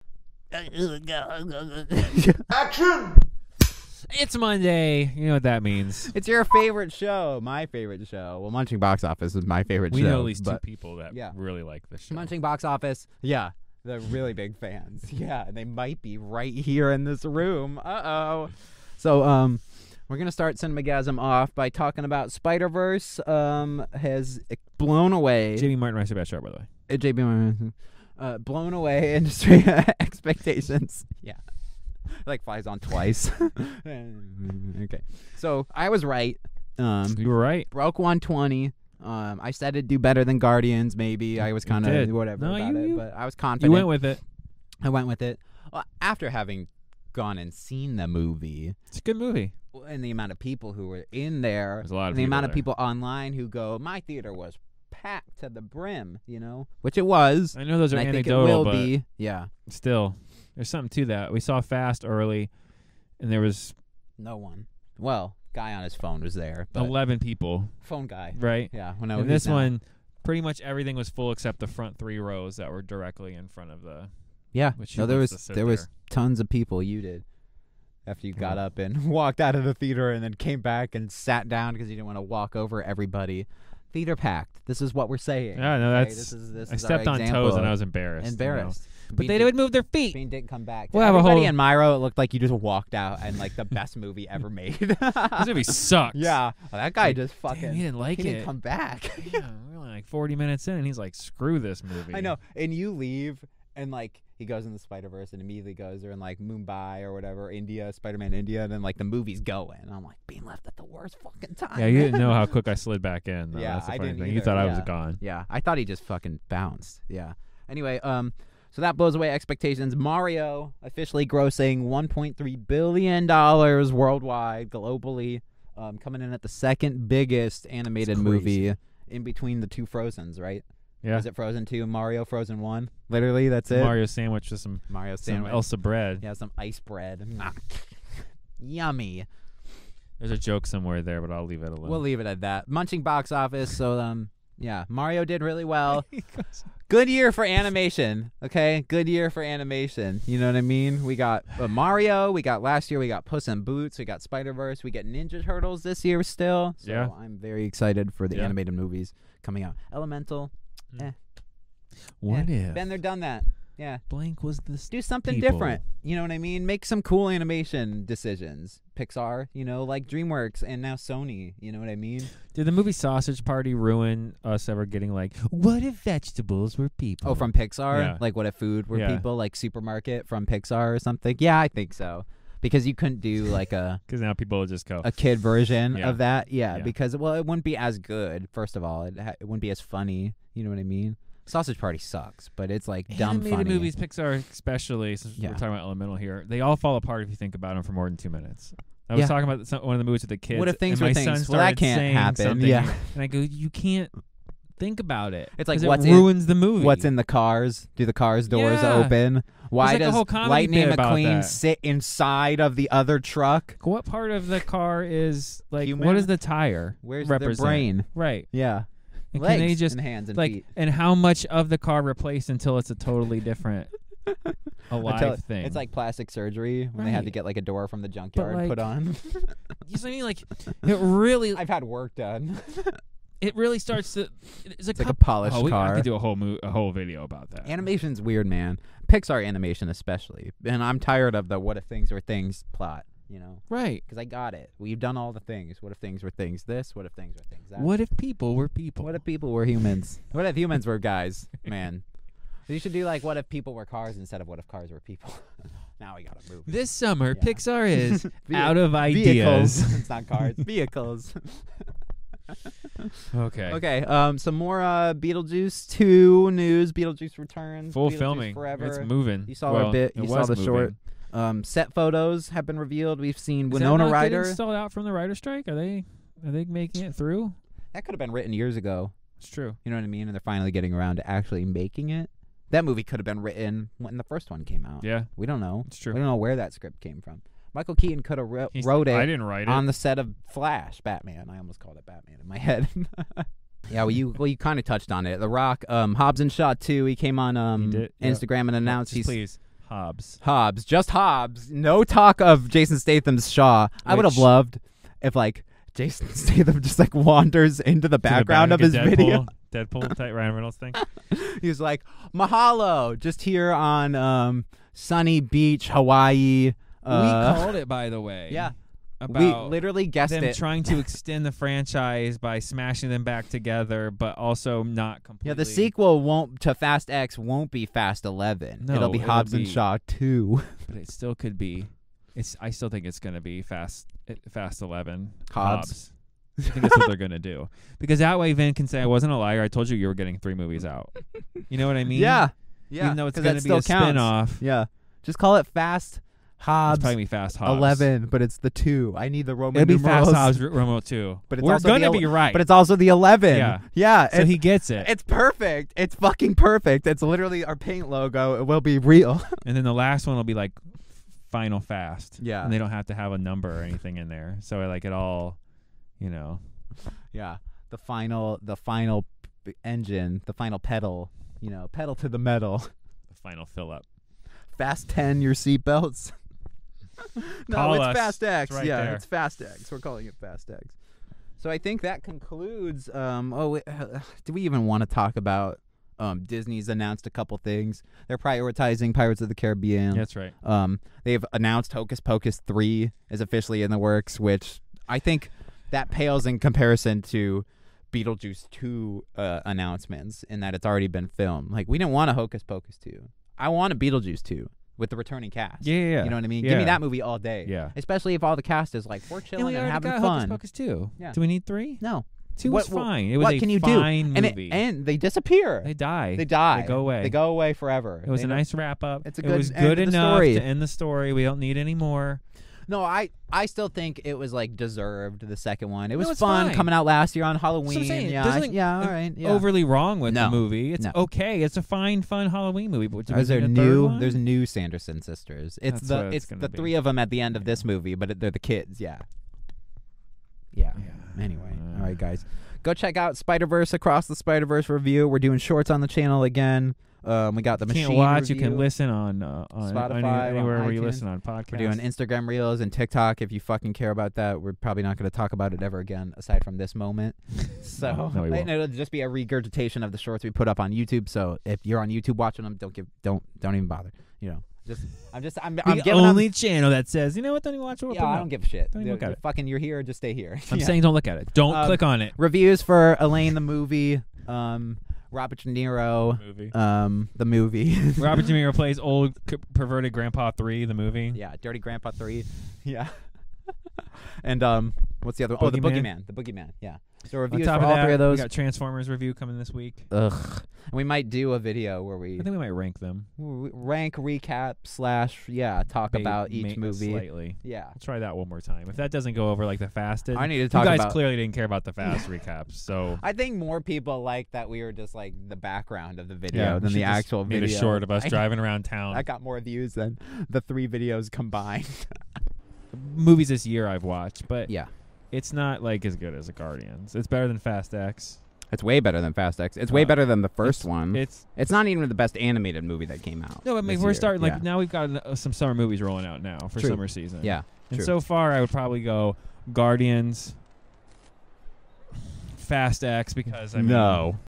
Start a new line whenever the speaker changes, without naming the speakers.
Action!
It's Monday. You know what that means.
It's your favorite show, my favorite show. Well, Munching Box Office is my favorite
We
show.
know at least two
but-
people that
yeah.
really like the show.
Munching Box Office, yeah, they're really big fans. Yeah, they might be right here in this room. Uh oh. So, um, we're gonna start Cinemagasm off by talking about Spider Verse. Um, has blown away.
Jamie Martin, my best shot, by the way.
uh, JB Morrison, uh, blown away industry expectations. Yeah. Like flies on twice. okay. So I was right. Um,
You were right.
broke 120. Um, I said it'd do better than Guardians, maybe. I was kind of
did.
whatever
No,
about
you-
it,
you-
but I was
You
confident.
went with it.
I went with it. Well, after having gone and seen the movie
It's a good movie.
well, and the amount of people who were in there,
There's a lot of
and the
people
amount of
there.
people online who go, my theater was packed to the brim, you know, which it was.
I know those are
and I think it
anecdotal,
will
but
be. Yeah.
still, there's something to that. We saw Fast early, and there was
No one. Well, guy on his phone was there, but
11 people,
phone guy.
right?
Yeah. Well, no,
and
he's
this
not.
one, pretty much everything was full except the front three rows that were directly in front of the.
Yeah.
Which
No,
he
there was
wants to
there
sit
was
there.
tons of people. You did. After you got up and walked out of the theater and then came back and sat down because you didn't want to walk over everybody. Theater packed. This is what we're saying.
Yeah, no,
okay?
that's.
This is, this
I
is our
stepped on
example
toes and I
of
was embarrassed. you know?
embarrassed.
But they would move their feet.
Bean didn't come back.
We'll have a
Everybody
whole-
in Myro, it looked like you just walked out and like the best movie ever made.
This movie sucks.
yeah, Well, that guy
Like,
just fucking.
Damn, he didn't like
he
it.
didn't come back.
yeah, we're only like 40 minutes in, and he's like, "Screw this movie."
I know. And you leave, and like he goes in the Spider Verse, and immediately goes they're in like Mumbai or whatever, India, Spider Man India, and then like the movie's going. And I'm like being left at the worst fucking time.
Yeah, you didn't know how quick I slid back in. Though.
Yeah,
That's the
I
funny
didn't
thing. You
either,
thought I was
yeah.
gone.
yeah, I thought he just fucking bounced. Yeah. Anyway, um, so that blows away expectations. Mario officially grossing 1.3 billion dollars worldwide, globally, um, coming in at the second biggest animated
crazy.
movie in between the two Frozen's, right?
Yeah,
Is it Frozen 2 and Mario Frozen 1? Literally, that's it.
Mario sandwich with some
Mario
some
sandwich.
Elsa bread.
Yeah, some ice bread.
Mm.
Mwah. Yummy.
There's a joke somewhere there, but I'll leave it alone.
We'll leave it at that. Munching box office. So um, yeah, Mario did really well. Good year for animation. Okay, good year for animation. You know what I mean? We got uh, Mario. We got last year. We got Puss in Boots. We got Spider Verse. We get Ninja Turtles this year still. So
Yeah.
I'm very excited for the
Yeah.
animated movies coming out. Elemental.
what
yeah.
if
Been there, done that. Yeah.
blank was this?
do something
people.
different. You know what I mean? Make some cool animation decisions. Pixar, you know, like DreamWorks and now Sony. You know what I mean?
Did the movie Sausage Party ruin us ever getting like, what if vegetables were people?
Oh, from Pixar?
Mm-hmm. Yeah.
Like what if food were
Yeah.
people, like supermarket from Pixar or something? Yeah, I think so. Because you couldn't do like a,
because now people will just go.
a kid version
Yeah.
of that. Yeah,
Yeah.
Because, well, it wouldn't be as good, first of all. It, ha- it wouldn't be as funny. You know what I mean? Sausage Party sucks, but it's like dumb
Animated
funny.
movies, Pixar especially, since
Yeah.
we're talking about Elemental here, they all fall apart if you think about them for more than two minutes. I
Yeah.
was talking about some, one of the movies with the kids.
if
and
things were
my
things?
Son
Well, that
started
can't
saying
happen,
something,
yeah.
And I go, you can't think about it.
It's like,
'cause
what's
it
in-
ruins the movie.
What's in the cars? Do the cars doors
Yeah.
open? Why
like a
does
whole comedy
Lightning
bit about
McQueen
that.
sit inside of the other truck?
What part of the car is like?
Human?
What is the tire?
Where's their
represent?
brain?
Right.
Yeah,
And
legs
can they just
and hands and
like
feet.
and how much of the car replaced until it's a totally different alive
Until-
thing?
It's like plastic surgery when they had to
Right.
get like a door from the junkyard
like-
put on.
you see what I mean? Like it really,
I've had work done.
it really starts to. It's,
It's like a
cup-
polished
oh, we, I
car.
could do a whole mo- a whole video about that.
Animation's weird, man. Pixar animation especially, and I'm tired of the what if things were things plot. You know,
right.
because I got it. We've done all the things. What if things were things? This. What if things were things? That.
What if people were people?
What if people were humans? what if humans were guys? Man, you should do like what if people were cars instead of what if cars were people. now we got a movie.
this summer
Yeah.
Pixar is
Ve-
out of ideas?
Vehicles. it's not cars. Vehicles.
okay.
okay. Um. Some more. Uh. Beetlejuice two news. Beetlejuice returns.
Full
Beetlejuice
filming.
forever.
It's moving.
You saw
well,
a bit.
it
You saw
was
the
moving.
short. Um. Set photos have been revealed. We've seen
Is that
Winona
not getting
Ryder.
stalled out from the writer strike? Are they? Are they making it through?
that could have been written years ago.
It's true.
You know what I mean? And they're finally getting around to actually making it. That movie could have been written when the first one came out.
Yeah,
We don't know.
it's true.
We don't know where that script came from. Michael Keaton could have wrote,
He's-
wrote
I
it
didn't write
on
it.
the set of Flash, Batman. I almost called it Batman in my head. yeah, well, you well you kind of touched on it. The Rock, um, Hobbs and Shaw too. He came on um,
did, yeah.
Instagram and announced
Just
he's
please. Hobbs.
Hobbs, just Hobbs. No talk of Jason Statham's Shaw. I would have
Which-
loved if like Jason Statham just like wanders
To
into the
the
background
back,
of his
like a
video.
Deadpool, Deadpool type Ryan Reynolds thing.
He's like, "Mahalo," just here on um, sunny beach, Hawaii. Uh,
we called it, by the way.
yeah,
About
we literally guessed
them
it.
trying to extend the franchise by smashing them back together, but also not completely.
yeah, the sequel won't to Fast X won't be Fast Eleven.
No,
it'll be
it'll
Hobbs and
be-
Shaw Two.
But it still could be. It's. I still think it's going to be fast. it- Fast Eleven.
Hobbs.
Hobbs. I think that's what they're going to do because that way Vin can say I wasn't a liar. I told you you were getting three movies out. You know what I mean?
yeah, yeah.
Even though it's
'cause
going
that
to be
still
a
counts.
spin-off.
Yeah, just call it Fast
It's
Hobbs
probably gonna be Fast Hobbs.
Eleven, but it's the two. I need the Roman
It'll be
numerals.
Fast Hobbs R- Romo too.
But it's
we're
also the
gonna
ele-
be right.
But it's also the eleven.
Yeah.
yeah.
so
it-
he gets it.
it's perfect. It's fucking perfect. It's literally our paint logo. It will be real.
And then the last one will be like final fast.
Yeah.
And they don't have to have a number or anything in there. So like it all, you know.
Yeah, the final, the final p- engine, the final pedal. You know, pedal to the metal.
the Final fill up.
Fast ten your seatbelts. no,
Call
it's
us.
Fast X.
It's right
yeah,
there.
it's Fast X. We're calling it Fast X. So I think that concludes. Um, oh, wait, uh, do we even want to talk about? Um, Disney's announced a couple things. They're prioritizing Pirates of the Caribbean.
That's right.
Um, they've announced Hocus Pocus three is officially in the works, which I think that pales in comparison to Beetlejuice two uh, announcements in that it's already been filmed. Like we didn't want a Hocus Pocus two. I want a Beetlejuice two with the returning cast.
Yeah, yeah, yeah.
You know what I mean? Give me
Yeah.
that movie all day.
Yeah.
Especially if all the cast is like we're
And we
chilling and,
already
having
got
fun.
Hocus Pocus two.
Yeah.
Do we need three?
No.
Two
What-
was
what-
fine. It was
what
a
can you do?
fine
And, it,
movie.
and they disappear.
they die.
They die.
They go away.
They go away forever.
It was
They
a
don't-
nice wrap up.
It's a
it
good
was
end
good
to the
enough
story.
to end the story. We don't need any more.
No, I I still think it was like deserved the second one. It was
it's
fun
fine.
coming out last year on
That's what
Halloween.
I'm saying.
yeah,
There's
I-
nothing
yeah, all right. Yeah.
Overly wrong with
No.
the movie. It's
No.
okay. It's a fine, fun Halloween movie. But do we
Is there
need a
new?
Third one?
There's new Sanderson sisters. It's
That's
the
what it's
it's,
gonna
the
be.
three of them at the end of this movie, but it, they're the kids. Yeah. Yeah.
Yeah.
Anyway, all right, guys, go check out Spider Verse Across the Spider Verse review. We're doing shorts on the channel again. Um, we got the
You can't
machine
watch. You
review.
can listen on uh, on any-
Spotify, on
anywhere where you
iTunes.
listen on podcasts.
We're doing Instagram Reels and TikTok. If you fucking care about that, we're probably not going to talk about it ever again, aside from this moment. So
No, no, we
and
won't.
it'll just be a regurgitation of the shorts we put up on YouTube. So if you're on YouTube watching them, don't give, don't, don't even bother. You know, just I'm just I'm, I'm
the
giving them-
only channel that says, you know what, don't even watch what we're
yeah, I
putting
don't
up."
give a shit.
Don't even
You're-
look at
you're
it.
Fucking, you're here. Just stay here.
I'm
Yeah.
saying don't look at it. Don't
Um,
click on it.
reviews for Elaine the movie, um, Robert De Niro,
Movie.
um, the movie.
Robert De Niro plays old c- perverted grandpa three, the movie.
Yeah, Dirty Grandpa Three. Yeah. and um, what's the other one? Oh, the
Boogeyman.
Boogeyman. The Boogeyman. Yeah. So
On
reviews
top
for
of
all
that,
three of those.
we got Transformers review coming this week.
Ugh. And we might do a video where we
I think we might rank them.
w- rank, recap, slash, yeah, talk
May-
about
may-
each movie.
slightly.
Yeah.
I'll try that one more time. If that doesn't go over like the fastest,
I need to
you
talk
guys
about.
clearly didn't care about the fast recaps. So
I think more people like that we were just like the background of the video
we
than
should
the
just
actual
made
video.
a short of us
I-
driving around town.
I got more views than the three videos combined.
movies this year I've watched, but
yeah.
it's not like as good as the Guardians. It's better than Fast X.
It's way better than Fast X. It's
way
way
Uh,
better than the first
first
one.
It's
It's not even the best animated movie that came out.
no, I mean we're starting like now we've got uh, some summer movies rolling out now for
True.
summer season.
Yeah.
and
true.
so far I would probably go Guardians, Fast X because I mean
No.